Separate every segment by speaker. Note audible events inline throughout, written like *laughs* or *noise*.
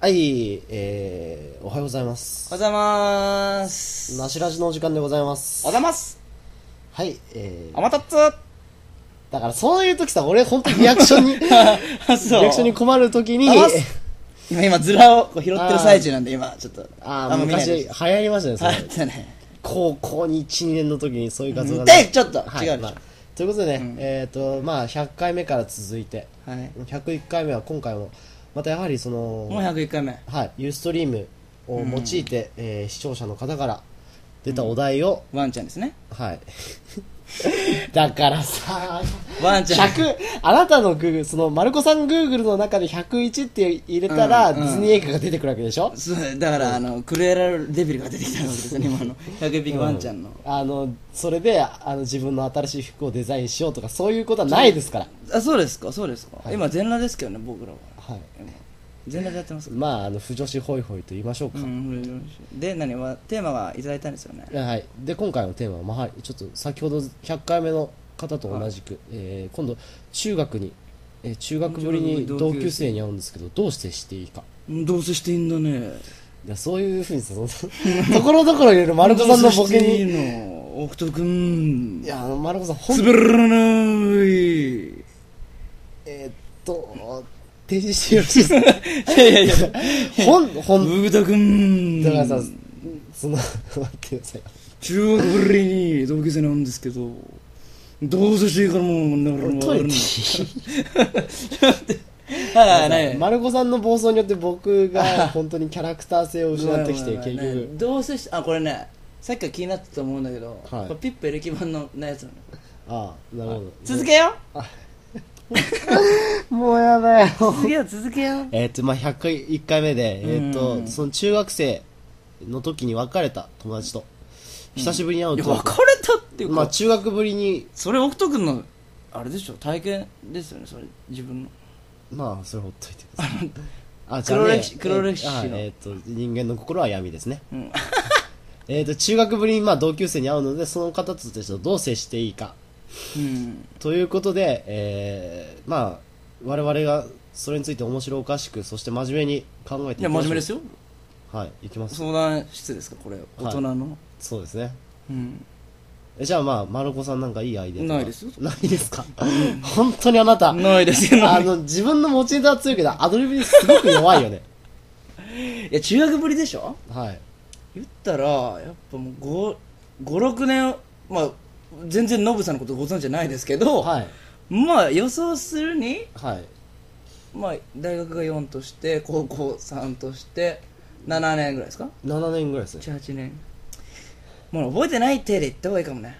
Speaker 1: はい、えー、おはようございま
Speaker 2: お
Speaker 1: す。
Speaker 2: はようございます。
Speaker 1: なしらじのお時間でございます
Speaker 2: おはようご。ざいます。
Speaker 1: はい、え
Speaker 2: あ
Speaker 1: ー、
Speaker 2: またっつー
Speaker 1: だからそういう時さ、俺本当にリアクションに、リア
Speaker 2: あ、 *laughs* そう。
Speaker 1: クションに困る時に、
Speaker 2: あます今、今、ズラをこう拾ってる最中なんで、今、ちょっと。
Speaker 1: あ
Speaker 2: ん
Speaker 1: ー、
Speaker 2: ま見な
Speaker 1: 昔
Speaker 2: いで
Speaker 1: 流行りましたね、そ
Speaker 2: あ
Speaker 1: れ
Speaker 2: あったね。
Speaker 1: 高校に1、2年の時にそういう活動が
Speaker 2: で、ちょっと、
Speaker 1: はい
Speaker 2: 違うでし
Speaker 1: まあということでね、えっ、と、まあ、100回目から続いて、
Speaker 2: ょ。はい。
Speaker 1: 101回目は今回も、またやはりその、
Speaker 2: もう101回目。
Speaker 1: はい、ユーストリームを用いて、えー視聴者の方から出たお題を、
Speaker 2: ワンちゃんですね。
Speaker 1: はいだからさ
Speaker 2: ワンちゃん。
Speaker 1: 100あなたのグーグルそのマルコさんグーグルの中で101って入れたら、
Speaker 2: うんうん
Speaker 1: ディズニー映画が出てくるわけでしょ
Speaker 2: そうだから、あの、クレラデビルが出てきたわけですよね、今の。101匹ワンちゃんの。
Speaker 1: あのそれであの自分の新しい服をデザインしようとかそういうことはないですから、
Speaker 2: あ、そうですか、そうですか。
Speaker 1: はい
Speaker 2: 今、全裸ですけどね、僕らは。
Speaker 1: はい、
Speaker 2: 全裸でやってますか
Speaker 1: まああの不女子ホイホイと言いましょうか
Speaker 2: う、ん、で、何は、テーマがいただいたんですよね。
Speaker 1: はい、で今回のテーマは、まあはい、ちょっと先ほど100回目の方と同じく、えー今度中学に、えー中学ぶりに同級生に会うんですけどどうしてしていいか
Speaker 2: うんどうせしていいんだね。
Speaker 1: いやそういうふうにさそのところどころいろいろ丸子さんのボケ
Speaker 2: どうせしていい
Speaker 1: に
Speaker 2: の奥くん
Speaker 1: いやあの丸子さんほん
Speaker 2: 滑らない
Speaker 1: えーっと停止してよろしいですか
Speaker 2: いやいやいや
Speaker 1: ほんほん
Speaker 2: 福田くん
Speaker 1: だからさその待ってください
Speaker 2: 中学ぶりに同級生なんですけどどうせしていいからもうなる
Speaker 1: 俺
Speaker 2: *laughs* の
Speaker 1: トイレ行っていい
Speaker 2: はいはい
Speaker 1: 丸子さんの暴走によって僕が本当にキャラクター性を失ってきて結局
Speaker 2: どうせしあこれねさっきから気になってたと思うんだけど、
Speaker 1: はい
Speaker 2: これピップエレキ版のなやつなの
Speaker 1: ああなるほど
Speaker 2: 続けよ
Speaker 1: もうや
Speaker 2: *laughs*
Speaker 1: だよ
Speaker 2: 続けよ続けよ
Speaker 1: えっ、と、まあ、101回目で、えっ、
Speaker 2: うんうんう
Speaker 1: と、
Speaker 2: ん
Speaker 1: その中学生の時に別れた友達と、久しぶりに会う
Speaker 2: いや
Speaker 1: と、
Speaker 2: 別れたっていうか、
Speaker 1: まあ、中学ぶりに、
Speaker 2: それ奥くんのあれでしょ体験ですよねそれ自分の
Speaker 1: まあ、それほっといてください。あ、
Speaker 2: 黒歴史
Speaker 1: えー
Speaker 2: 黒歴史の
Speaker 1: あえっ、と、人間の心は闇ですね。
Speaker 2: うん
Speaker 1: *laughs* えっ、と、中学ぶりに、まあ、同級生に会うので、その方とちょっとどう接していいか。
Speaker 2: うん
Speaker 1: ということで、えー、まあ、我々がそれについて面白おかしく、そして真面目に考えていきましょう
Speaker 2: いや真面目ですよ
Speaker 1: はい、いきます。
Speaker 2: 相談室ですかこれ大人の、
Speaker 1: そうですね。
Speaker 2: うん
Speaker 1: えじゃあまあ、丸子さんなんかいいアイデアとか
Speaker 2: ないですよ
Speaker 1: ないですか *laughs* 本当にあなた、
Speaker 2: ないですよ
Speaker 1: あ
Speaker 2: *laughs* ない
Speaker 1: の、自分の持ちネタは強いけど、アドリブにすごく弱いよね。
Speaker 2: いや中学ぶりでしょ
Speaker 1: はい。
Speaker 2: 言ったらやっぱもう56年まあ全然ノブさんのことご存知じゃないですけど、
Speaker 1: はい。
Speaker 2: まあ予想するに、
Speaker 1: はい。
Speaker 2: まあ、大学が4として高校3として7年ぐらいですか
Speaker 1: 7年ぐらいですね。
Speaker 2: 18年もう覚えてない手で言った方がいいかもね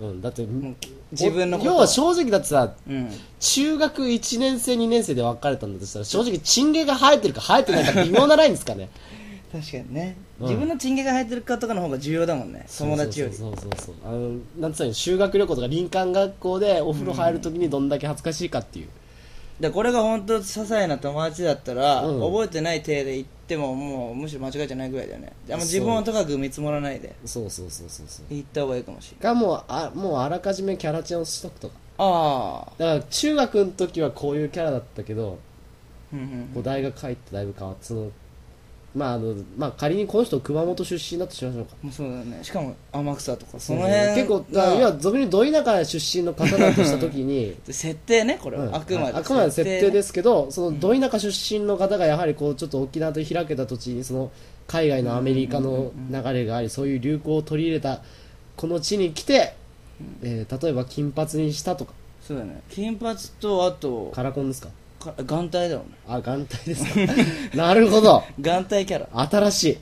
Speaker 1: うん、だって、
Speaker 2: もう自分のこと
Speaker 1: 要は正直だってさ、
Speaker 2: うん
Speaker 1: 中学1年生、2年生で別れたんだとしたら、正直、チンゲが生えてるか生えてないか微妙なラインですか *laughs* ね。
Speaker 2: 確かにね、
Speaker 1: うん
Speaker 2: 自分のチンゲが入ってるかとかの方が重要だもんね友達より
Speaker 1: そうそうそうそう。あの、なんつうの、修学旅行とか林間学校でお風呂入るときにどんだけ恥ずかしいかっていう。
Speaker 2: でこれが本当些細な友達だったら、
Speaker 1: うん
Speaker 2: 覚えてない体で言ってももうむしろ間違いじゃないぐらいだよねあんま自分を高く見積もらないで
Speaker 1: そうそうそうそうそう。
Speaker 2: 言った方がいいかもしれな
Speaker 1: が
Speaker 2: い
Speaker 1: もうあもうあらかじめキャラチェンをしとくとか
Speaker 2: ああ
Speaker 1: だから中学の時はこういうキャラだったけど、
Speaker 2: うんう
Speaker 1: こうん大学入ってだいぶ変わってそのまああのまあ仮にこの人熊本出身だとしましょうか
Speaker 2: もうそうだねしかも天草とかその辺
Speaker 1: 結構だ
Speaker 2: が
Speaker 1: いや俗にど田舎出身の方だとした時
Speaker 2: *laughs*
Speaker 1: に
Speaker 2: 設定ねこれは、
Speaker 1: うん
Speaker 2: あくまで
Speaker 1: あくまで設定ですすけどそのど田舎出身の方がやはりこうちょっと沖縄と開けた土地にその海外のアメリカの流れがありそういう流行を取り入れたこの地に来て、えー例えば金髪にしたとか
Speaker 2: そうだね金髪とあと
Speaker 1: カラコンですか
Speaker 2: か眼帯だろうね
Speaker 1: あ、眼帯ですか。
Speaker 2: *laughs*
Speaker 1: なるほど。
Speaker 2: 眼帯キャラ、
Speaker 1: 新し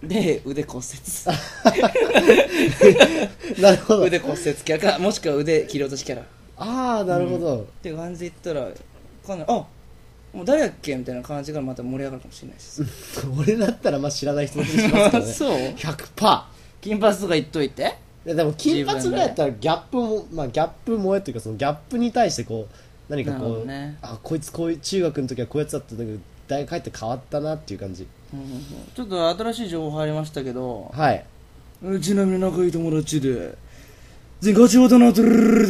Speaker 2: うん、で腕骨折 *laughs*
Speaker 1: い。なるほど。
Speaker 2: 腕骨折キャラかもしくは腕切り落としキャラ
Speaker 1: ああ、なるほど。
Speaker 2: って感じで言ったらかなりあもう誰だっけみたいな感じからまた盛り上がるかもしれないです、
Speaker 1: 俺だったらまあ知らない人もいるしますけどね。
Speaker 2: *laughs* そう
Speaker 1: 100%。
Speaker 2: 金髪とか言っといて
Speaker 1: いやでも金髪ぐらいだったらギャップも、まあギャップ萌えというかそのギャップに対してこう、何か
Speaker 2: なるほ
Speaker 1: こ
Speaker 2: ど
Speaker 1: う、
Speaker 2: ね
Speaker 1: あ、こいつこういう中学の時はこういうやつだったんだけど、大学帰って変わったなっていう感じ。
Speaker 2: ちょっと新しい情報入りましたけど
Speaker 1: はい。
Speaker 2: ちなみに仲いい友達で全ガチワだなって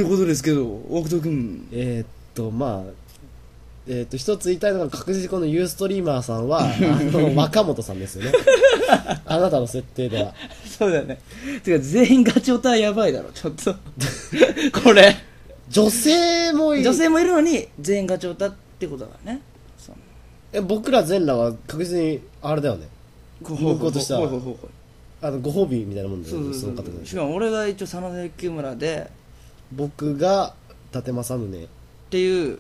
Speaker 2: ことですけど大久保君
Speaker 1: えー、っと、まあ、えっと一つ言いたいのが確実にこのユーストリーマーさんはあの若本さんですよねあなたの設定では
Speaker 2: そうだよねてか全員ガチオタはやばいだろちょっとこれ
Speaker 1: 女性もい
Speaker 2: 女性もいるのに全員ガチオタってことだからねそう
Speaker 1: え僕ら全裸は確実にあれだよね
Speaker 2: こう
Speaker 1: 向こうとしたら
Speaker 2: ほいほいほいほい
Speaker 1: あのご褒美みたいなもんだ
Speaker 2: そ
Speaker 1: よ
Speaker 2: う
Speaker 1: ね
Speaker 2: そ
Speaker 1: そうの
Speaker 2: そ
Speaker 1: 方
Speaker 2: う
Speaker 1: で
Speaker 2: しかも俺が一応真田幸村で
Speaker 1: 僕が伊達政宗
Speaker 2: っていう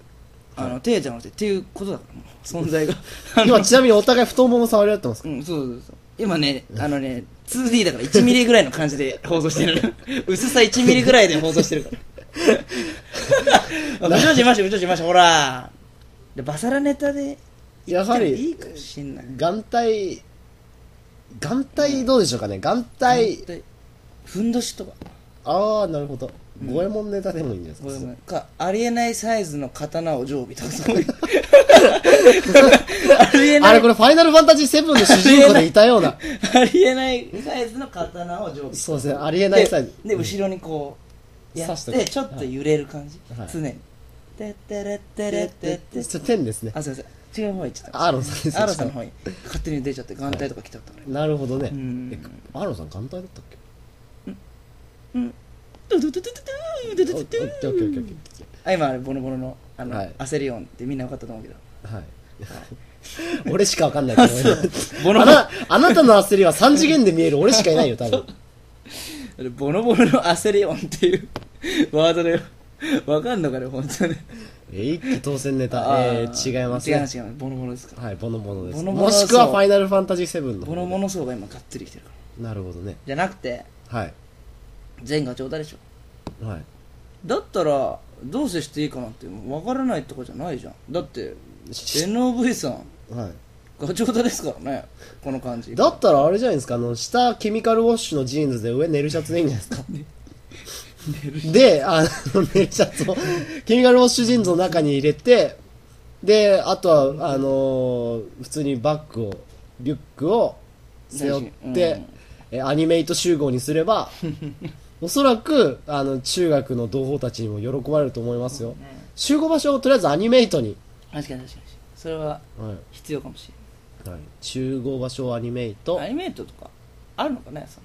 Speaker 2: あの手じゃなくてっていうこと
Speaker 1: *laughs*
Speaker 2: だからもう存在があの
Speaker 1: 今ちなみにお互い太もも触り合ってますか
Speaker 2: うんそうそうそう今ねあのね 2D だから1ミリぐらいの感じで放送して
Speaker 1: *laughs*
Speaker 2: る薄さ1ミリぐらいで放送してるか
Speaker 1: *laughs*
Speaker 2: ら無調子ましょ無調子ましょほらでバサラネタで言ったら
Speaker 1: やはり
Speaker 2: いいかもしんない
Speaker 1: 眼帯眼帯どうでしょうかね眼帯
Speaker 2: でふんどしとか
Speaker 1: ああなるほど五右衛門ネタでもいいんじゃない
Speaker 2: ご
Speaker 1: で
Speaker 2: め
Speaker 1: す
Speaker 2: ん
Speaker 1: か
Speaker 2: ごめんかありえないサイズの刀を常備とかそ
Speaker 1: *laughs*
Speaker 2: ういうありえない
Speaker 1: あれこれファイナルファンタジー7の主人公でいたよう
Speaker 2: *laughs*
Speaker 1: な
Speaker 2: ありえないサイズの刀を常備
Speaker 1: そうですねありえないサイズ
Speaker 2: でで後ろにこうや
Speaker 1: 刺
Speaker 2: っ
Speaker 1: しと
Speaker 2: て
Speaker 1: く
Speaker 2: ちょっと揺れる感じ、
Speaker 1: はい
Speaker 2: 常に「てってれってれってって」
Speaker 1: それ天ですね
Speaker 2: あすいません違う方へ行っちゃった
Speaker 1: アーロンさんですね
Speaker 2: アロさんの方に勝手に出ちゃって眼帯とか来ちゃったから
Speaker 1: なるほどね
Speaker 2: うん
Speaker 1: えアーロンさん眼帯だったっけ
Speaker 2: ドゥドゥドゥドゥドゥドゥドゥドゥドゥ
Speaker 1: オッケーオッケーオッケーオッケ
Speaker 2: あ今あれボノボノのあの、
Speaker 1: はい
Speaker 2: 焦り音ってみんな分かったと思うけど
Speaker 1: ーはい *laughs* 俺しかわかんないと思います
Speaker 2: *laughs* ボノ
Speaker 1: あな *laughs* あなたの焦りは3次元で見える俺しかいないよ多分
Speaker 2: あれボノボノの焦り音っていうワードで分かんのかね本当に
Speaker 1: えー一気当選ネ
Speaker 2: あ
Speaker 1: タ、えー、違います
Speaker 2: 違い
Speaker 1: ね
Speaker 2: ます違いますボノボノですから
Speaker 1: はいボノボノです
Speaker 2: ボノボノは
Speaker 1: もしく
Speaker 2: そ
Speaker 1: は
Speaker 2: う
Speaker 1: ファイナルファンタジー7の
Speaker 2: ボ
Speaker 1: 方
Speaker 2: ノボノ層が今がっつり来てるから
Speaker 1: なるほどね
Speaker 2: じゃなくて
Speaker 1: はい
Speaker 2: 全ガチョウタでしょ
Speaker 1: はい
Speaker 2: だったらどう接していいかなって分からないとかじゃないじゃんだって
Speaker 1: し
Speaker 2: NOV さん
Speaker 1: は
Speaker 2: ガチョウタですからねこの感じ
Speaker 1: い、だったらあれじゃないですかあの下ケミカルウォッシュのジーンズで *laughs* 上寝るシャツでいいんじゃないですかであの寝るシャツをケミカルウォッシュジーンズの中に入れてであとはあのー普通にバッグをリュックを背負って、えアニメイト集合にすれ *laughs* ばおそらくあの中学の同胞たちにも喜ばれると思いますよ、集合場所をとりあえずアニメイトに、
Speaker 2: 確かに確かに確かにそれは
Speaker 1: は
Speaker 2: 必要かもし
Speaker 1: いはい、集合場所をアニメイ
Speaker 2: れ
Speaker 1: ト
Speaker 2: ないアニメートとかあるのかねそ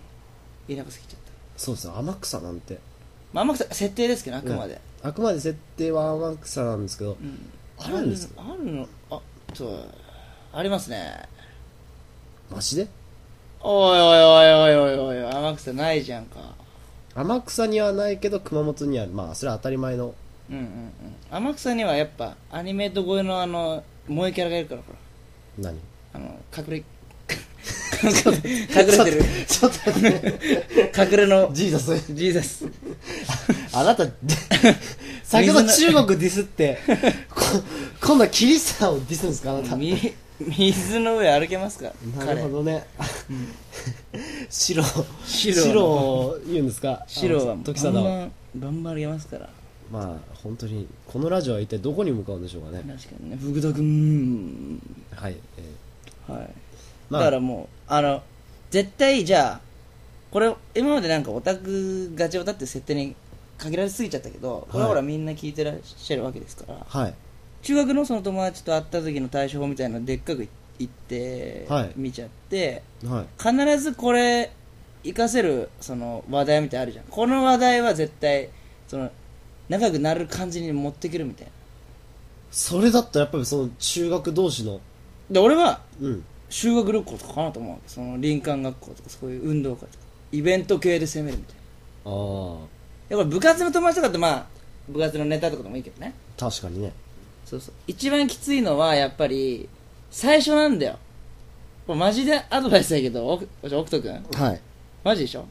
Speaker 2: の田舎すぎちゃった
Speaker 1: そうですね天草なんて
Speaker 2: まあ天草設定ですけどあくまで、
Speaker 1: あくまで設定は天草なんですけど、
Speaker 2: うん
Speaker 1: あるんですか
Speaker 2: あるのあそうありますね
Speaker 1: マジで
Speaker 2: おいおいおいおいおいおい天草ないじゃんか
Speaker 1: 天草にはないけど熊本にはまあそれは当たり前の
Speaker 2: うんうんうん天草にはやっぱアニメート越えのあの萌えキャラがいるからほら
Speaker 1: 何
Speaker 2: あの隠れ隠れてる
Speaker 1: ちょっと待って
Speaker 2: 隠れの
Speaker 1: ジーザス
Speaker 2: ジーザス
Speaker 1: あ
Speaker 2: *laughs*
Speaker 1: なた先ほど中国ディスってこ今度はキリシタンをディスるんですかあなた
Speaker 2: み水の上歩けますか
Speaker 1: なる
Speaker 2: 彼
Speaker 1: ほどね、白
Speaker 2: 白
Speaker 1: 白を言うんですか
Speaker 2: 白は
Speaker 1: あの
Speaker 2: バ
Speaker 1: 時貞
Speaker 2: ンバ
Speaker 1: は
Speaker 2: ンバンバン歩けますから
Speaker 1: まあ本当にこのラジオは一体どこに向かうんでしょうかね、
Speaker 2: 確かにね福田君
Speaker 1: はい、えー
Speaker 2: はい
Speaker 1: まあ
Speaker 2: だからもうあの絶対じゃあこれ今までなんかオタクガチオタって設定に限られすぎちゃったけどこれはほら
Speaker 1: は
Speaker 2: みんな聞いてらっしゃるわけですから、
Speaker 1: はい
Speaker 2: 中学のその友達と会った時の対処法みたいなのでっかく言って、
Speaker 1: はい
Speaker 2: 見ちゃって
Speaker 1: はい
Speaker 2: 必ずこれ活かせるその話題みたいなのあるじゃんこの話題は絶対その仲良くなる感じに持ってくるみたいな
Speaker 1: それだったらやっぱりその中学同士の
Speaker 2: で俺は
Speaker 1: うん
Speaker 2: 修学旅行とかかなと思うわけその林間学校とかそういう運動会とかイベント系で攻めるみたいな
Speaker 1: ああ
Speaker 2: やっぱ部活の友達とかってまあ部活のネタとかでもいいけどね
Speaker 1: 確かにね
Speaker 2: そうそう一番きついのはやっぱり最初なんだよこれマジでアドバイスだけど奥奥斗君
Speaker 1: はい
Speaker 2: マジでしょ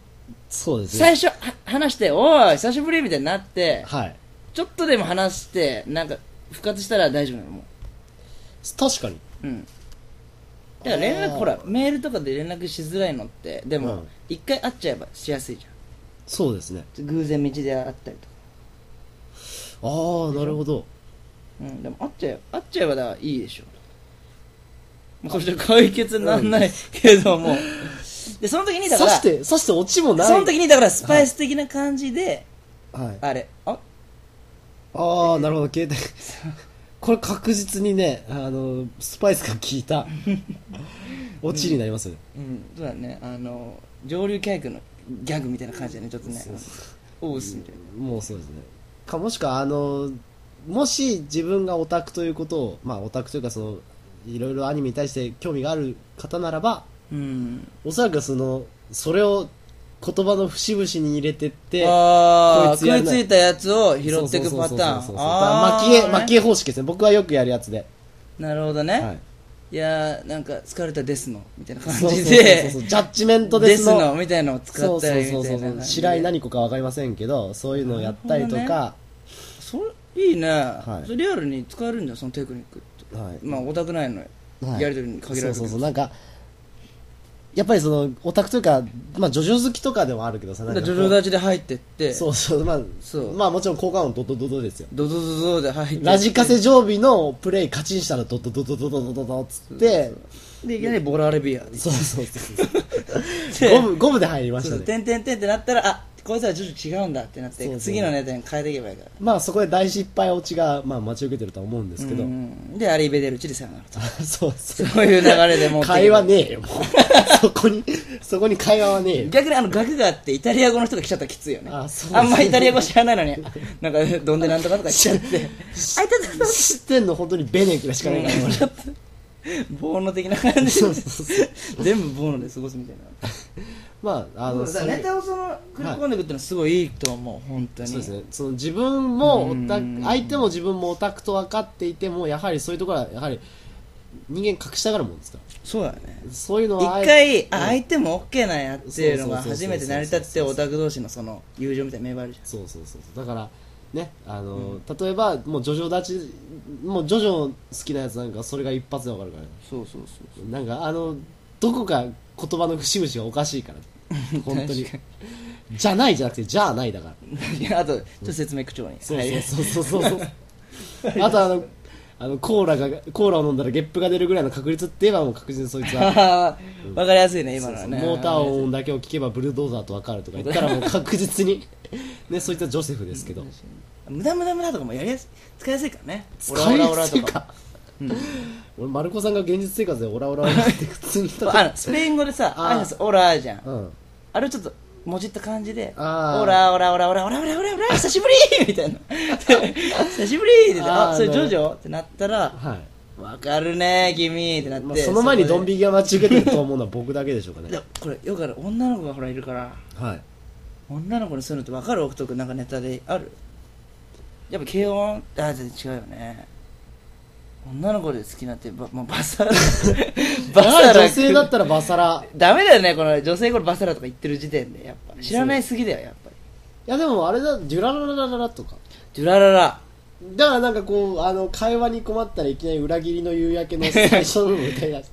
Speaker 1: そうです
Speaker 2: 最
Speaker 1: ね
Speaker 2: 初は話して「おい久しぶり」みたいになって
Speaker 1: はい
Speaker 2: ちょっとでも話してなんか復活したら大丈夫なのも
Speaker 1: 確かに
Speaker 2: ううんだから連
Speaker 1: あー
Speaker 2: 絡ほらメールとかで連絡しづらいのってで
Speaker 1: う
Speaker 2: も
Speaker 1: ん
Speaker 2: 一回会っちゃえばしやすいじゃん
Speaker 1: そうですね
Speaker 2: 偶然道で会ったりとか、
Speaker 1: ああなるほど
Speaker 2: うん、でも会っちゃえば会っちゃえばだからいいでしょまあそして解決になんないけども、でその時に
Speaker 1: 刺
Speaker 2: だから
Speaker 1: し
Speaker 2: そ
Speaker 1: て刺して落ちもない
Speaker 2: の時にだからスパイス的な感じで、
Speaker 1: はい
Speaker 2: あれあ
Speaker 1: ああなるほど携帯 *laughs* これ確実にねあのスパイスが効いた
Speaker 2: *laughs*
Speaker 1: オチになりますよね、
Speaker 2: うんそうだねあの上流キャイクのギャグみたいな感じだねちょっとね
Speaker 1: そう
Speaker 2: オウスみたいな
Speaker 1: もうそうですねかもしくはあのもし自分がオタクということをまあオタクというかそのいろいろアニメに対して興味がある方ならば
Speaker 2: うん
Speaker 1: おそらくそのそれを言葉の節々に入れてって
Speaker 2: あ
Speaker 1: こい
Speaker 2: あ
Speaker 1: つ
Speaker 2: 食
Speaker 1: や
Speaker 2: い
Speaker 1: んな
Speaker 2: ついたやつを拾っていく
Speaker 1: そう
Speaker 2: パ
Speaker 1: そ
Speaker 2: タ
Speaker 1: うそうそうそうそう
Speaker 2: ー
Speaker 1: だ
Speaker 2: ン
Speaker 1: から
Speaker 2: あ
Speaker 1: 蒔絵
Speaker 2: ー
Speaker 1: 蒔絵方式ですね僕はよくやるやつで、
Speaker 2: なるほど
Speaker 1: は
Speaker 2: ね
Speaker 1: い、
Speaker 2: いやーなんか疲れたですのみたいな感
Speaker 1: そうそう
Speaker 2: じ
Speaker 1: そう
Speaker 2: で
Speaker 1: そうジャッジメントで
Speaker 2: ですす
Speaker 1: の
Speaker 2: のみたいなのを使
Speaker 1: そう
Speaker 2: った
Speaker 1: そう
Speaker 2: り
Speaker 1: そ
Speaker 2: み
Speaker 1: う
Speaker 2: た
Speaker 1: そ
Speaker 2: いな感
Speaker 1: う
Speaker 2: じで
Speaker 1: 白井何子か分かりませんけどそういうのをやったりとか、
Speaker 2: それいいね、
Speaker 1: い
Speaker 2: それリアルに使えるんだよそのテクニックって
Speaker 1: はい
Speaker 2: まあオタクないのよ、
Speaker 1: はい
Speaker 2: やりとりに限られるけ
Speaker 1: そうそう
Speaker 2: ど
Speaker 1: そうなんかやっぱりそのオタクというか、まあ、ジョジョ好きとかでもあるけどさなんか
Speaker 2: だ
Speaker 1: こ
Speaker 2: か
Speaker 1: う
Speaker 2: らジョジョ立ちで入ってって
Speaker 1: そうそうまあ
Speaker 2: そう
Speaker 1: まあもちろん効果音ドドドドですよ
Speaker 2: ドドドドで入ってって
Speaker 1: ラジカセ常備のプレイ勝ちにしたらドドドドドドドドドっつって
Speaker 2: でいきなりボラレビアで
Speaker 1: そうそうそう
Speaker 2: で *laughs*
Speaker 1: ゴムゴムで入りました
Speaker 2: そう
Speaker 1: ね
Speaker 2: てんてんてんってなったらあこいつはジョジョ違うんだってなっ
Speaker 1: そう
Speaker 2: て
Speaker 1: そう
Speaker 2: 次のネタに変えていけばいいから
Speaker 1: まあそこで大失敗落ちが、まあ、待ち受けてるとは思うんですけど、
Speaker 2: うんでアリベデルチでさよならと
Speaker 1: *laughs* そうそう
Speaker 2: そういう流れでもう
Speaker 1: 会話ねえよもう
Speaker 2: *laughs*
Speaker 1: そこにそこに会話はねえよ
Speaker 2: 逆にあの額があってイタリア語の人が来ちゃったらきついよね
Speaker 1: あそう
Speaker 2: あんまイタリア語知らないのになんかどんでなんとかとか言っ
Speaker 1: *laughs*
Speaker 2: ちゃってあいたたたた
Speaker 1: 知ってんの本当にベネキラしかないから、俺
Speaker 2: ちょっとボーノ的な感じ
Speaker 1: そう
Speaker 2: で
Speaker 1: そう
Speaker 2: 全部ボーノで過ごすみたいな
Speaker 1: まああの
Speaker 2: だから
Speaker 1: それ
Speaker 2: ネタをその食い込んでいくってのはすごいいいと思う本当に
Speaker 1: そうですねその自分もオタ
Speaker 2: う
Speaker 1: ク
Speaker 2: ん
Speaker 1: 相手も自分もオタクと分かっていてもやはりそういうところはやはり人間隠したがるもんですか
Speaker 2: そうだよね
Speaker 1: らそういうのはあ
Speaker 2: 一
Speaker 1: え
Speaker 2: 回あ相手も OK なんやっていうのが初めて成り立ってオタク同士のその友情みたいな芽生えるじゃん
Speaker 1: そうそうそうそうだからねあの、例えばもうジョジョ立ちもうジョジョ好きなやつなんかそれが一発で分かるからね
Speaker 2: そうそうそう
Speaker 1: なんかあのどこか言葉の節々がおかしいから *laughs* 本当に
Speaker 2: 確
Speaker 1: じゃないじゃなくてじゃあないだから
Speaker 2: い *laughs* やあとちょっと説明口調に
Speaker 1: そう
Speaker 2: はい
Speaker 1: そうそうそうそうそうあとあのあのコーラがコーラを飲んだらゲップが出るぐらいの確率って言えばもう確実にそいつは
Speaker 2: *laughs* わかりやすいね今のは
Speaker 1: そう
Speaker 2: ね
Speaker 1: そうモーター音だけを聞けばブルドーザーと分かるとか言ったらもう確実にねそういったジョセフですけど
Speaker 2: 無駄無駄無駄とかもやりやすい使いやすいからね
Speaker 1: 使いやすい
Speaker 2: オラオラオラと
Speaker 1: か俺丸子さんが現実生活でオラオラオラって普通に言った
Speaker 2: あのスペイン語でさ
Speaker 1: あー
Speaker 2: 挨拶オラーじゃん
Speaker 1: うん
Speaker 2: あれをちょっともじった感じで「オ
Speaker 1: あー
Speaker 2: ラオラオラオラオラオラオラオラ久しぶり!」み
Speaker 1: *laughs*
Speaker 2: たいなで「久しぶり!」って言って「
Speaker 1: あー
Speaker 2: あそれ
Speaker 1: な
Speaker 2: ジ
Speaker 1: る
Speaker 2: ョ
Speaker 1: ほど
Speaker 2: ジョ?」ってなったら
Speaker 1: はい
Speaker 2: 「わかるね君」ってなって、
Speaker 1: まあ、その前にドン
Speaker 2: ビ
Speaker 1: 引きが待ち受けてると思うのは僕だけでしょうかね
Speaker 2: でこれよくある女の子がほらいるから
Speaker 1: はい
Speaker 2: 女の子にそういうのってわかる奥徳なんかネタであるやっぱ軽音あ全然違うよね女の子で好きなってば、まあ、
Speaker 1: *laughs*
Speaker 2: バサラ
Speaker 1: だ
Speaker 2: バ
Speaker 1: か
Speaker 2: サラ
Speaker 1: ら女性だったらバサラ
Speaker 2: ダメだよねこの女性これバサラとか言ってる時点でやっぱ知らないすぎだよやっぱり
Speaker 1: いやでもあれだデュララララララとか
Speaker 2: ジュラララ
Speaker 1: だからなんかこうあの会話に困ったらいきなり裏切りの夕焼けの最初のみた
Speaker 2: *laughs*
Speaker 1: いな
Speaker 2: あ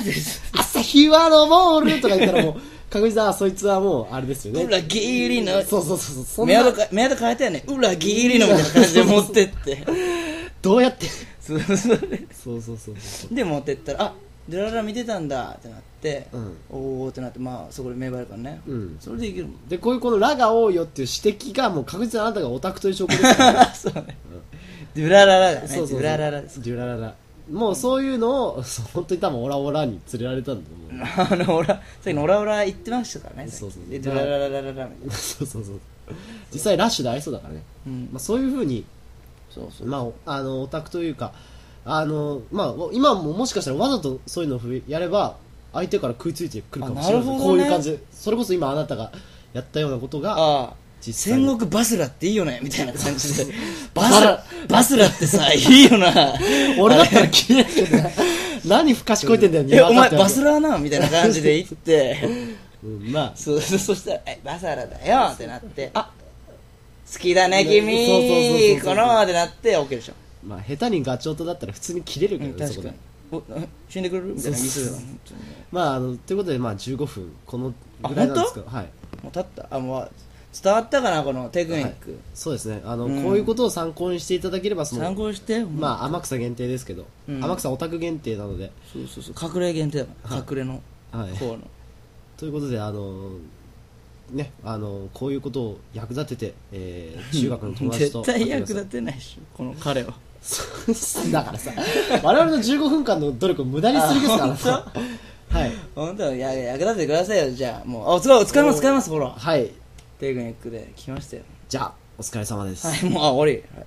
Speaker 2: ーです
Speaker 1: 朝日は昇るとか言ったらもう確実にあそいつはもうあれですよね
Speaker 2: 裏切りの
Speaker 1: そうそうそうそうそん
Speaker 2: メアド
Speaker 1: な
Speaker 2: かメアド変えたよね裏切りのみたいな感じで持ってって
Speaker 1: どうやって
Speaker 2: そうそう
Speaker 1: そうそうそうそう
Speaker 2: で持ってったらあジュラララ見てたんだってなって、
Speaker 1: うん
Speaker 2: おおってなってまあそこで芽生えるからね、
Speaker 1: うん
Speaker 2: それでいけるもん *laughs*
Speaker 1: でこういうこの「ラ」が多いよっていう指摘がもう確実にあなたがオタクという証拠です
Speaker 2: *laughs*
Speaker 1: からね
Speaker 2: そうね。ドゥラララだね。
Speaker 1: そうそうそう
Speaker 2: ドゥラララです。
Speaker 1: デュラララもうそういうのをそう本当に多分オラオラに連れられたんだと思う
Speaker 2: あの、オラ、さっきのオラオラ言ってましたからね。
Speaker 1: そうそう
Speaker 2: でドゥララララララみたいな。
Speaker 1: そう *laughs* そうそう実際ラッシュで合いそうだからね、
Speaker 2: うん
Speaker 1: まあ、そういうふうに、
Speaker 2: そうそう。
Speaker 1: まあお、あのオタクというかあの、まあ、お今ももしかしたらわざとそういうのをふやれば相手から食いついてくるかもしれない
Speaker 2: あなるほどね
Speaker 1: こういう感じでそれこそ今あなたがやったようなことが
Speaker 2: ああ、
Speaker 1: 実際に
Speaker 2: 戦国バスラっていいよね、みたいな感じで。
Speaker 1: バ
Speaker 2: バ
Speaker 1: スラ
Speaker 2: スラ、バスラってさ、いいよな。
Speaker 1: *laughs* 俺だったら切れない
Speaker 2: *laughs*
Speaker 1: けどね何ふかしこいてんだよ
Speaker 2: え、お前バス
Speaker 1: ス
Speaker 2: ラーなみたいな感じで言って。
Speaker 1: *laughs* うんまあ
Speaker 2: そうそうそしたら、え、バスラだよってなって、あ好きだね、君
Speaker 1: ねそうそうそうそうそう
Speaker 2: このってなって、OK でしょ。
Speaker 1: まあ下手にガチ音だったら普通に切れるけ
Speaker 2: う
Speaker 1: ど
Speaker 2: ん、
Speaker 1: ね、そ
Speaker 2: 確
Speaker 1: こ
Speaker 2: か
Speaker 1: で
Speaker 2: に。おあ死んでくれるみたいなミスだよ
Speaker 1: そうそうそう
Speaker 2: 本当にね
Speaker 1: まああのということでまあ15分このぐらいなんですけどはい
Speaker 2: もう立ったあもう伝わったかなこのテクニック、
Speaker 1: そうですねあの、
Speaker 2: うん
Speaker 1: こういうことを参考にしていただければその
Speaker 2: 参考にしてあ
Speaker 1: まあ天草限定ですけど、
Speaker 2: うん
Speaker 1: 天草オタク限定なので
Speaker 2: そうそうそう隠れ限定だから、
Speaker 1: はい
Speaker 2: 隠れの
Speaker 1: はい
Speaker 2: こうの
Speaker 1: ということであのねあのこういうことを役立てて、えー中学の友達と
Speaker 2: *laughs* 絶対役立
Speaker 1: て
Speaker 2: てないでしょこの彼は
Speaker 1: そうだからさ我々の15分間の努力を無駄にするですからさはい
Speaker 2: 本当いや役立ててくださいよじゃあもうあお使う使います使いますほら
Speaker 1: はい
Speaker 2: テクニックで来ましたよ
Speaker 1: じゃあお疲れ様です、
Speaker 2: はいもうあ終わり、はい